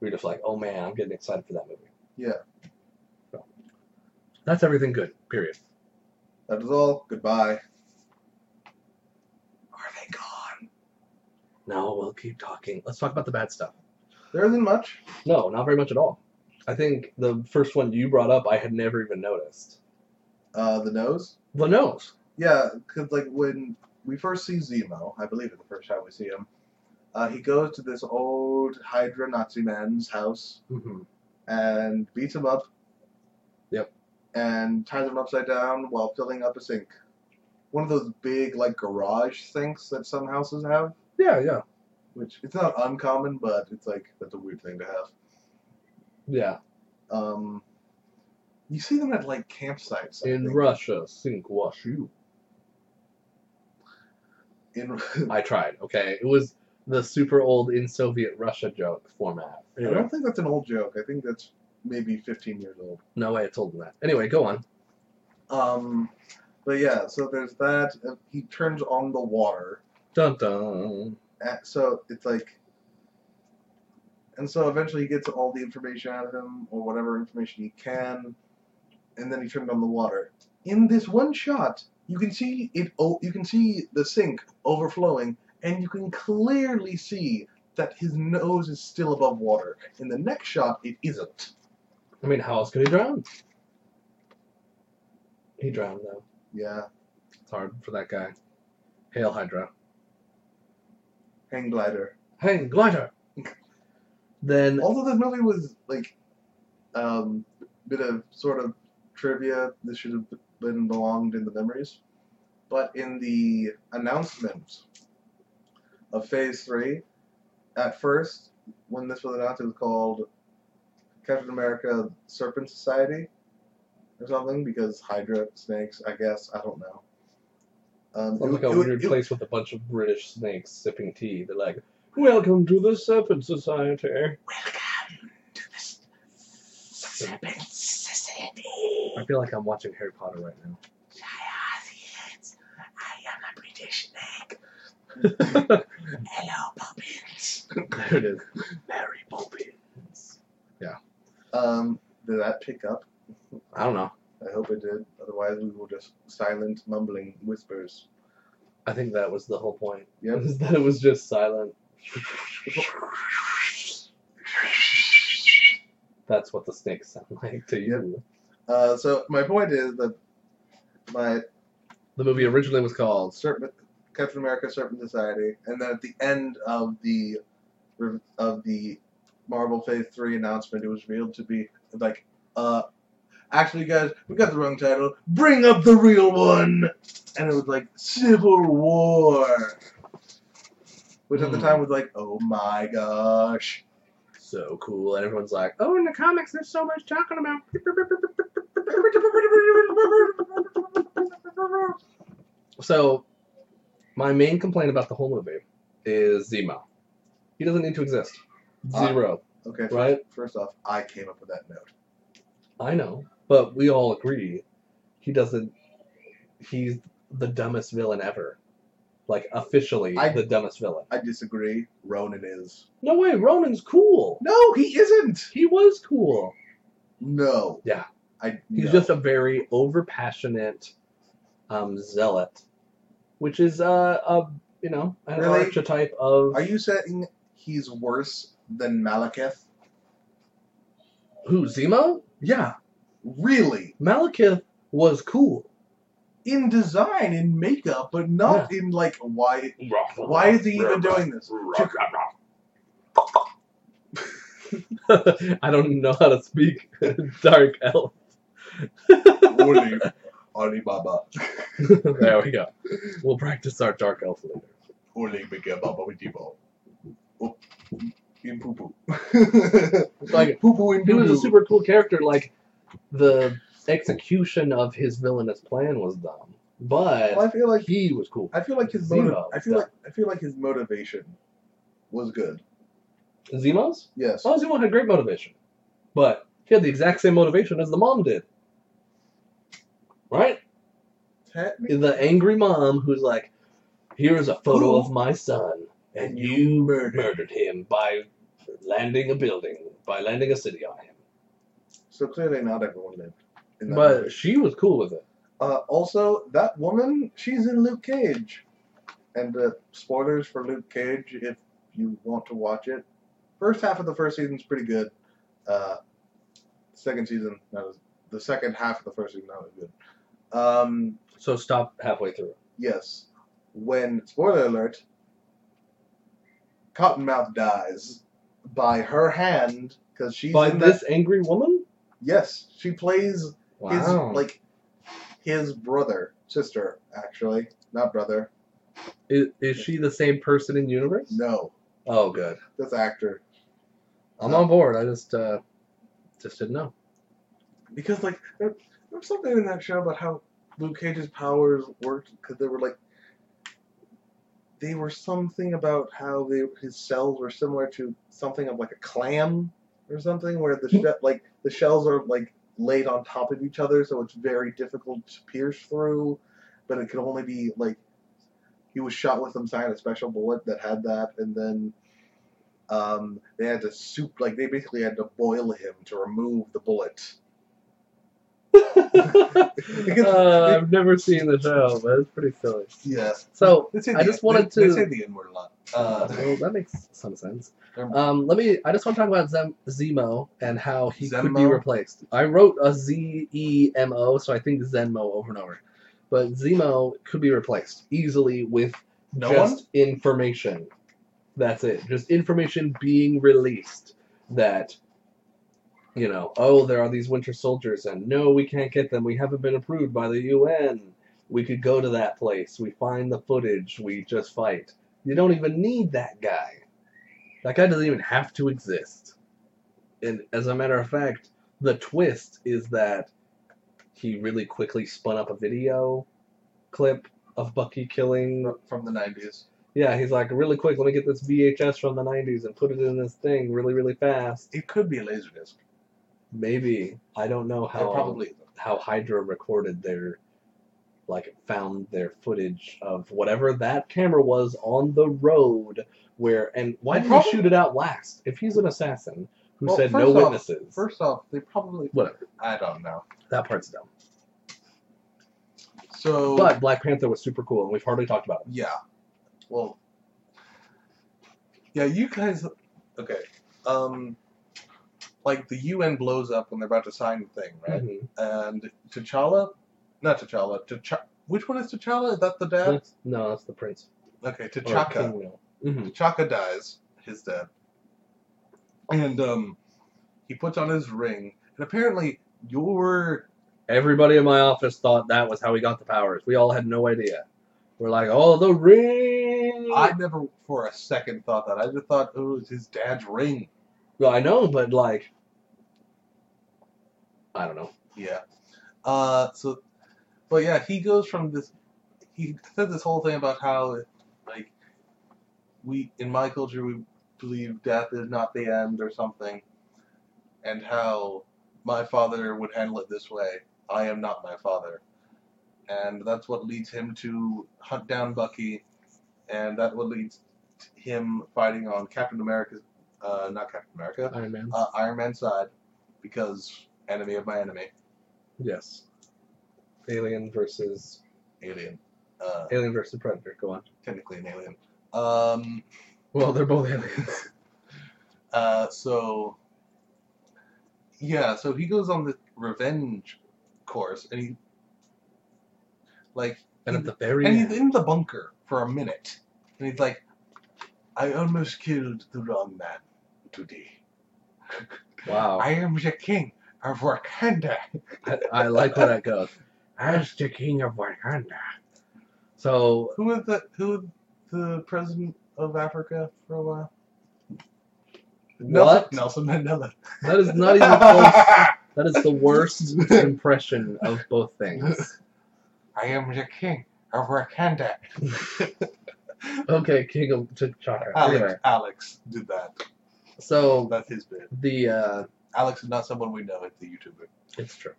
We were just like, oh man, I'm getting excited for that movie.
Yeah.
So, that's everything good. Period.
That is all. Goodbye. Are they gone?
Now we'll keep talking. Let's talk about the bad stuff.
There isn't much.
No, not very much at all. I think the first one you brought up, I had never even noticed.
Uh, the nose.
The nose.
Yeah, because like when we first see Zemo, I believe it's the first time we see him. Uh, he goes to this old Hydra Nazi man's house
Mm-hmm.
and beats him up.
Yep.
And ties him upside down while filling up a sink. one of those big like garage sinks that some houses have,
Yeah, yeah,
which it's not uncommon, but it's like that's a weird thing to have.
yeah.
Um, you see them at like campsites I
In
think.
Russia, sink wash you.
in
I tried. Okay, it was the super old in Soviet Russia joke format.
I don't think that's an old joke. I think that's maybe 15 years old.
No way, it's older than that. Anyway, go on.
Um, but yeah, so there's that. Uh, He turns on the water.
Dun dun.
Uh, so it's like and so eventually he gets all the information out of him or whatever information he can and then he turned on the water in this one shot you can see it oh you can see the sink overflowing and you can clearly see that his nose is still above water in the next shot it isn't
I mean, how else could he drown? He drowned though.
yeah
It's hard for that guy. Hail Hydra.
hang glider
Hey, glider. Then
although this movie was like um bit of sort of trivia this should have been belonged in the memories but in the announcement of phase three at first when this was announced it was called captain america serpent society or something because hydra snakes i guess i don't know um,
Sounds
it-
like a
it-
weird
it-
place with a bunch of British snakes sipping tea. They're like, "Welcome to the Serpent Society." I feel like I'm watching Harry Potter right now.
Hello, Poppins.
There it is.
Mary Poppins.
um, did that pick up
I don't know.
I hope it did. Otherwise, we will just silent, mumbling whispers.
I think that was the whole point.
Yep.
Is that it was just silent. That's what the snakes sound like to you.
Uh, so my point is that my
The movie originally was called
serpent, Captain America Serpent Society, and then at the end of the re- of the Marvel Phase Three announcement, it was revealed to be like, uh, actually, guys, we got the wrong title. Bring up the real one, and it was like Civil War, which at the
Hmm.
time was like, oh my gosh.
so cool, and everyone's like, "Oh, in the comics, there's so much talking about." So, my main complaint about the whole movie is Zemo. He doesn't need to exist.
Uh,
Zero,
Okay,
right?
First off, I came up with that note.
I know, but we all agree he doesn't. He's the dumbest villain ever. Like officially,
I-
the dumbest villain.
I disagree. Ronan is.
No way, Ronan's cool.
No, he isn't.
He was cool.
No.
Yeah.
I.
He's
no.
just a very overpassionate um, zealot, which is uh, a you know an
Really?
archetype of
Are you saying he's worse than Malekith?
who Zemo? Yeah,
Really?
Malekith was cool.
In design, in makeup, but not in like why? Why is he even doing this?
I don't know how to speak dark elf.
Only Alibaba,
there we go. We'll practice our dark elf later.
only Mega Baba with Debo. Oh, in poo poo.
Like,
poo poo in
He was a
poo poo.
super cool character. Like the execution of his villainous plan was dumb, but
Well, I feel like
he was cool.
I feel like his
Zemo,
motive. I feel
yeah.
like I feel like his motivation was good.
Zemo's?
Yes.
Oh, Zemo had great motivation. But he had the exact same motivation as the mom did. Right?
Technically,
The angry mom who's like, here's a photo
Who?
of my son, and you murdered him by landing a building, by landing a city on him.
So clearly, not everyone lived. In that
But
movie.
she was cool with it.
uh, also, that woman, she's in Luke Cage, and uh, spoilers for Luke Cage if you want to watch it. First half of the first season's pretty good. Uh, second season, not as, the second half of the first season, not as good. Um,
So stop halfway through.
Yes. When, spoiler alert, Cottonmouth dies by her hand, because she's
By
in
this
That,
angry woman?
yes, she plays
Wow.
his like his brother Sister, actually, not brother.
Is, is she the same person in universe?
No,
Oh, good.
this actor.
I'm on board. I just uh, just didn't know.
Because like there, there was something in that show about how Luke Cage's powers worked because they were like they were something about how they his cells were similar to something of like a clam or something where
Hmm.
the she- like the shells are like laid on top of each other so it's very difficult to pierce through but it could only be like he was shot with some kind of special bullet that had that and then um, they had to soup like they basically had to boil him to remove the bullet
uh, I've never seen the show, but it's pretty silly.
Yeah.
So
They say
I
the-
just wanted
they-
to-
They say the N word a lot.
uh,
Uh,
well, that makes some sense. Um, let me. I just want to talk about Zem- Zemo and how he could be
Zenmo?
replaced. I wrote a Z E M O, so I think Zenmo over and over. But Zemo could be replaced easily with
no
just
one.
information. That's it. Just information being released that, you know, oh, there are these Winter Soldiers, and no, we can't get them. We haven't been approved by the UN. We could go to that place. We find the footage. We just fight. You don't even need that guy. That guy doesn't even have to exist. And as a matter of fact, the twist is that he really quickly spun up a video clip of Bucky killing
from the nineties.
yeah, he's like, really quick, let me get this VHS from the 90s and put it in this thing really, really fast.
It could be a laser disc.
Maybe. I don't know how
It probably is.
how Hydra recorded their, like, found their footage of whatever that camera was on the road where, and why did
Probably-
he shoot it out last? If he's an assassin who
Well,
said no
first off-
witnesses.
First off, they probably.
Whatever.
I don't know.
That part's dumb.
So.
But Black Panther was super cool, and we've hardly talked about it.
Yeah. Well. Yeah, you guys. Okay. Um. Like the UN blows up when they're about to sign the thing, right?
Mhm.
And T'Challa, not T'Challa. T'Challa. Which one is T'Challa? Is that the dad?
That's- no, that's the prince.
Okay,
Mm-hmm. Or
T'Chaka.
King Will. Mhm.
Chaka dies, his dad, and um, he puts on his ring, and apparently your
Everybody in my office thought that was how he got the powers. We all had no idea. We're like, oh, the ring.
I never for a second thought that. I just thought it was his dad's ring.
well, I know, but like, I don't know.
Yeah. Uh, so, but yeah, he goes from this. He said this whole thing about how, like, we in my culture we believe death is not the end or something, and how my father would handle it this way. I am not my father, and that's what leads him to hunt down Bucky, and that what leads to him fighting on Captain America's, uh, not Captain America,
Iron Man.
uh, Iron Man's side, because enemy of my enemy.
yes. Alien versus
alien. Uh,
Alien versus Predator. Go on.
technically an alien. Um,
Well, they're both aliens.
uh, so, yeah, so he goes on the revenge course, and he, like,
and at the very
and
end,
he's in the bunker for a minute, and he's like, I almost killed the wrong man today.
wow,
I am the king of Wakanda.
I, I like where that goes. As the king of Wakanda. So
Who was the who was the president of Africa for a while?
what?
Nelson Nelson
That is not even close.
Mandela.
That is the worst impression of both things.
I am the king of Wakanda.
Okay, King of T'Chaka.
Alex,
Anyway,
Alex did that.
so
That's his bit.
the uh,
Alex is not someone we know. It's a YouTuber.
it's true.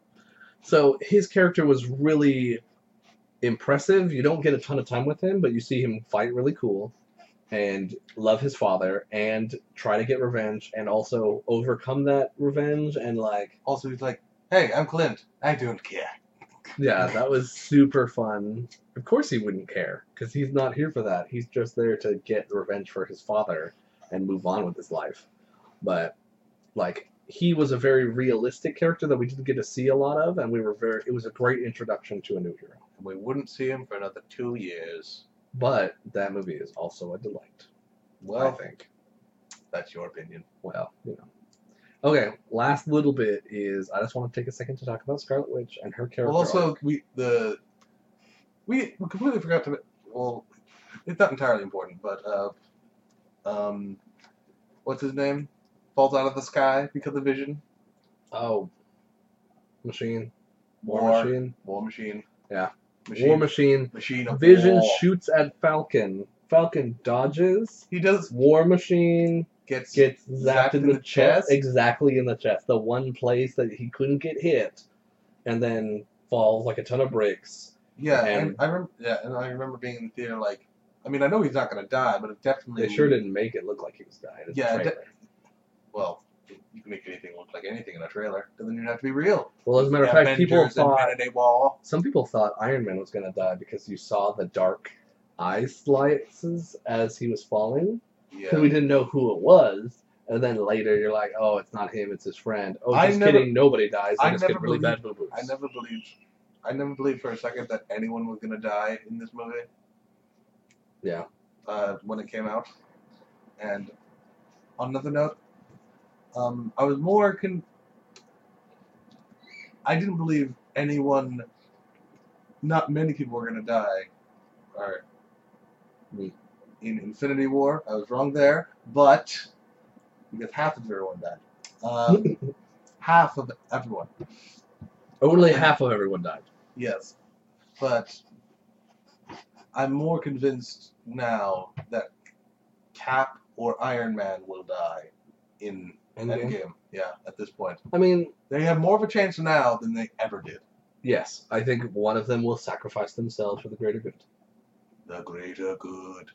So his character was really impressive. You don't get a ton of time with him, but you see him fight really cool and love his father and try to get revenge and also overcome that revenge and like
Also, he's like, "Hey, I'm Clint. I don't care."
yeah, that was super fun. Of course he wouldn't care cuz he's not here for that. He's just there to get revenge for his father and move on with his life. But like he was a very realistic character that we didn't get to see a lot of and we were very it was a great introduction to a new hero.
And we wouldn't see him for another two years.
But that movie is also a delight, I
Well,
think.
that's your opinion.
Well, you know. Okay, last little bit is I just want to take a second to talk about Scarlet Witch and her character.
Well, also
arc.
we the we we completely forgot to. Well, it's not entirely important, but uh, um, what's his name? Falls out of the sky because of vision.
Oh, machine, war,
War,
machine,
War machine.
Yeah.
Machine.
war machine.
machine of
Vision
war.
shoots at Falcon. Falcon dodges.
He does
War machine
gets.
gets zapped in the, chest. Exactly in the chest. The one place that he couldn't get hit, and then falls like a ton of bricks.
yeah, and,
and-
I remember. Yeah, and I remember being in the theater. Like, I mean, I know he's not gonna die, but it definitely.
They sure didn't make it look like he was dying. It's a
Yeah, de-
trailer.
Well, you can make anything look like anything in a trailer. Doesn't even have to be real.
well, as a matter of fact, people
Avengers,
thought
Infinity War.
some people thought Iron Man was going to die because you saw the dark eye slices as he was falling because
Yeah.
we didn't know who it was. And then later you're like, oh, it's not him, it's his friend. Oh,
I
just
never-
kidding, nobody dies. I,
I
just
never
get really
believed-
bad boo boos.
I never believed. I never believed for a second that anyone was gonna die in this movie.
Yeah.
Uh, when it came out, and on another note, um, I was more con. I didn't believe anyone. Not many people were gonna die. Or.
Me.
In Infinity War, I was wrong there, but because half of everyone died. Um, half of everyone.
Only half of everyone died.
Yes, but I'm more convinced now that Cap or Iron Man will die in Endgame. Yeah, at this point,
I mean,
they have more of a chance now than they ever did.
yes, I think one of them will sacrifice themselves for the greater good.
The greater good.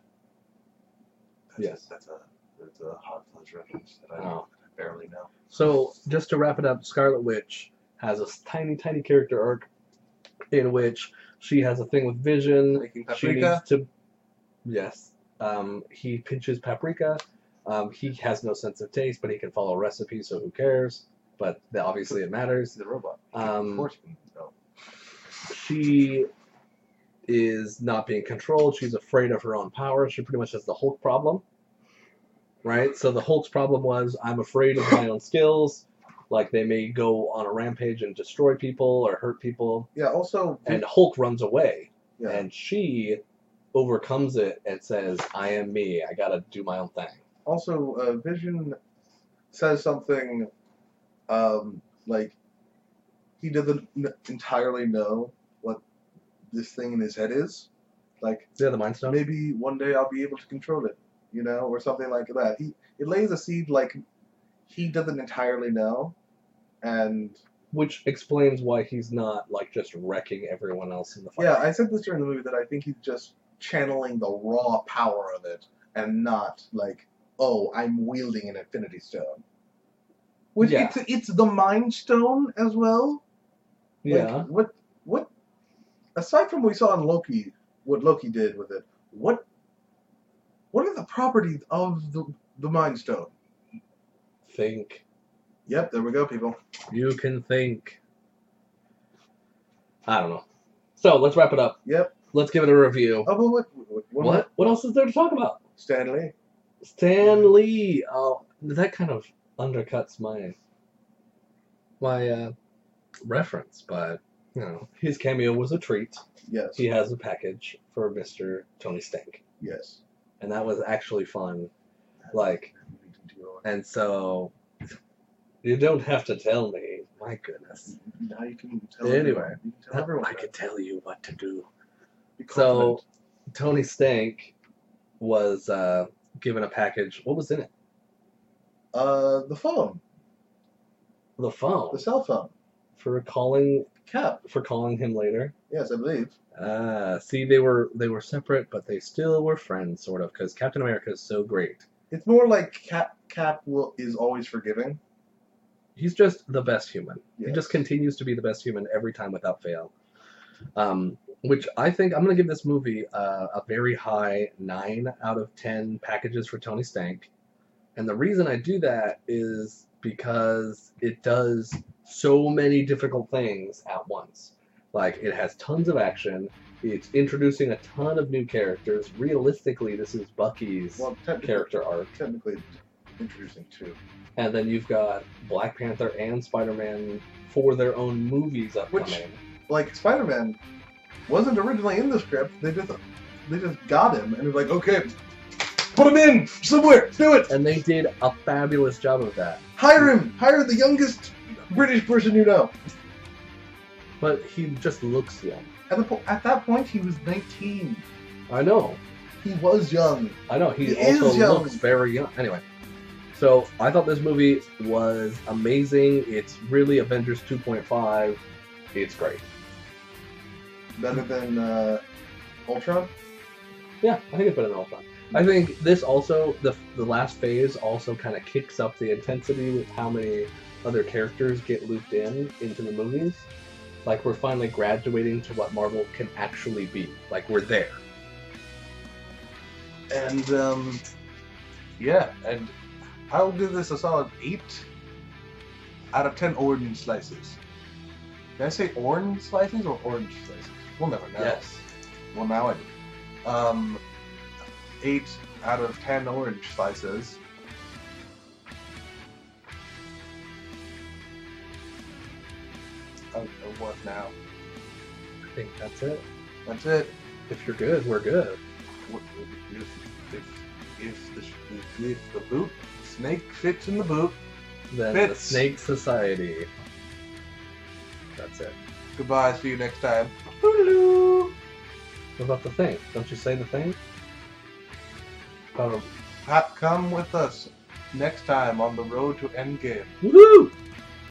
That's
Yes.
a, that's a that's a hot fuzz reference that I
Oh.
barely know.
So, just to wrap it up, Scarlet Witch has a s- tiny, tiny character arc in which she has a thing with vision.
Making
She
paprika.
needs to. Yes. Um, he pinches paprika. Um, he has no sense of taste, but he can follow recipes, so who cares? But th- obviously it matters.
the robot.
Um,
Fourteen. So.
She is not being controlled. She's afraid of her own power. She pretty much has the Hulk problem. Right? So the Hulk's problem was I'm afraid of my own skills. Like they may go on a rampage and destroy people or hurt people.
Yeah. Also.
And Hulk runs away
yeah.
and she overcomes it and says, "I am me. I gotta do my own thing."
also uh, vision says something um, like he doesn't n- entirely know what this thing in his head is like
Yeah, the mind stone.
maybe one day i'll be able to control it you know or something like that he it lays a seed like he doesn't entirely know and
which explains why he's not like just wrecking everyone else in the fight.
yeah i said this during the movie that i think he's just channeling the raw power of it and not like oh i'm wielding an infinity stone which
Yeah.
it's it's the mind stone as well Like,
yeah.
what what aside from what we saw in Loki, what Loki did with it, what what are the properties of the the Mind Stone?
Think
Yep, there we go, people.
you can think. I don't know. So let's wrap it up.
Yep.
Let's give it a review.
Oh, but what, what,
what?
what,
What, else is there to talk about?
Stanley?
Stan Lee. Oh, that kind of undercuts my my uh, reference, but you know, his cameo was a treat.
Yes,
he has a package for Mr. Tony Stank.
yes.
And that was actually fun. Like, And so you don't have to tell me. My goodness.
now you can tell
Anyway,
everyone. You can tell everyone.
I
that.
could tell you what to do.
Be
So-
confident.
Tony Stank was uh, given a package. What was in it?
uh, the phone,
The phone
the cell phone,
for calling
cap.
for calling him later.
Yes, I believe.
Uh, see, they were they were separate, but they still were friends, sort of, because Captain America is so great.
It's more like Cap. Cap will is always forgiving.
he's just the best human. He
Yes.
just continues to be the best human every time without fail. Um, which I think I'm going to give this movie uh, a very high nine out of ten packages for Tony Stank, and the reason I do that is because it does so many difficult things at once. Like it has tons of action. It's introducing a ton of new characters. Realistically, this is Bucky's
Well, technically,
character arc.
technically introducing two.
And then you've got Black Panther and Spider Man for their own movies upcoming.
Which- like Spider Man wasn't originally in the script. They just they just got him and it was like, okay, put him in somewhere. Do it.
And they did a fabulous job of that.
Hire him. Hire the youngest British person you know.
But he just looks young.
At the po- at that point, he was 19.
I know.
He was young.
I know. He,
He is
also
young.
looks very young. Anyway, so I thought this movie was amazing. It's really Avengers 2.5. It's great.
Better than uh, Ultron.
Yeah, I think it's better than Ultron. I think this also the the last phase also kind of kicks up the intensity with how many other characters get looped in into the movies. Like we're finally graduating to what Marvel can actually be. Like we're there.
And um, yeah, and I'll give this a solid eight out of ten orange slices. Did I say orange slices or orange slices? We'll never know.
Yes.
Well, now I do. Um, eight out of ten orange slices. Oh, oh, what now?
I think that's it.
That's it.
If you're good, we're good.
What- If, if, if, the, if, if the boot snake fits in the boot,
Then the
Fits.
Snake Society. That's it.
goodbye. See you next time.
Toodaloo. What about the thing? Don't you say the thing? Um, About a
Ha- Come with us next time on the road to Endgame.
woohoo!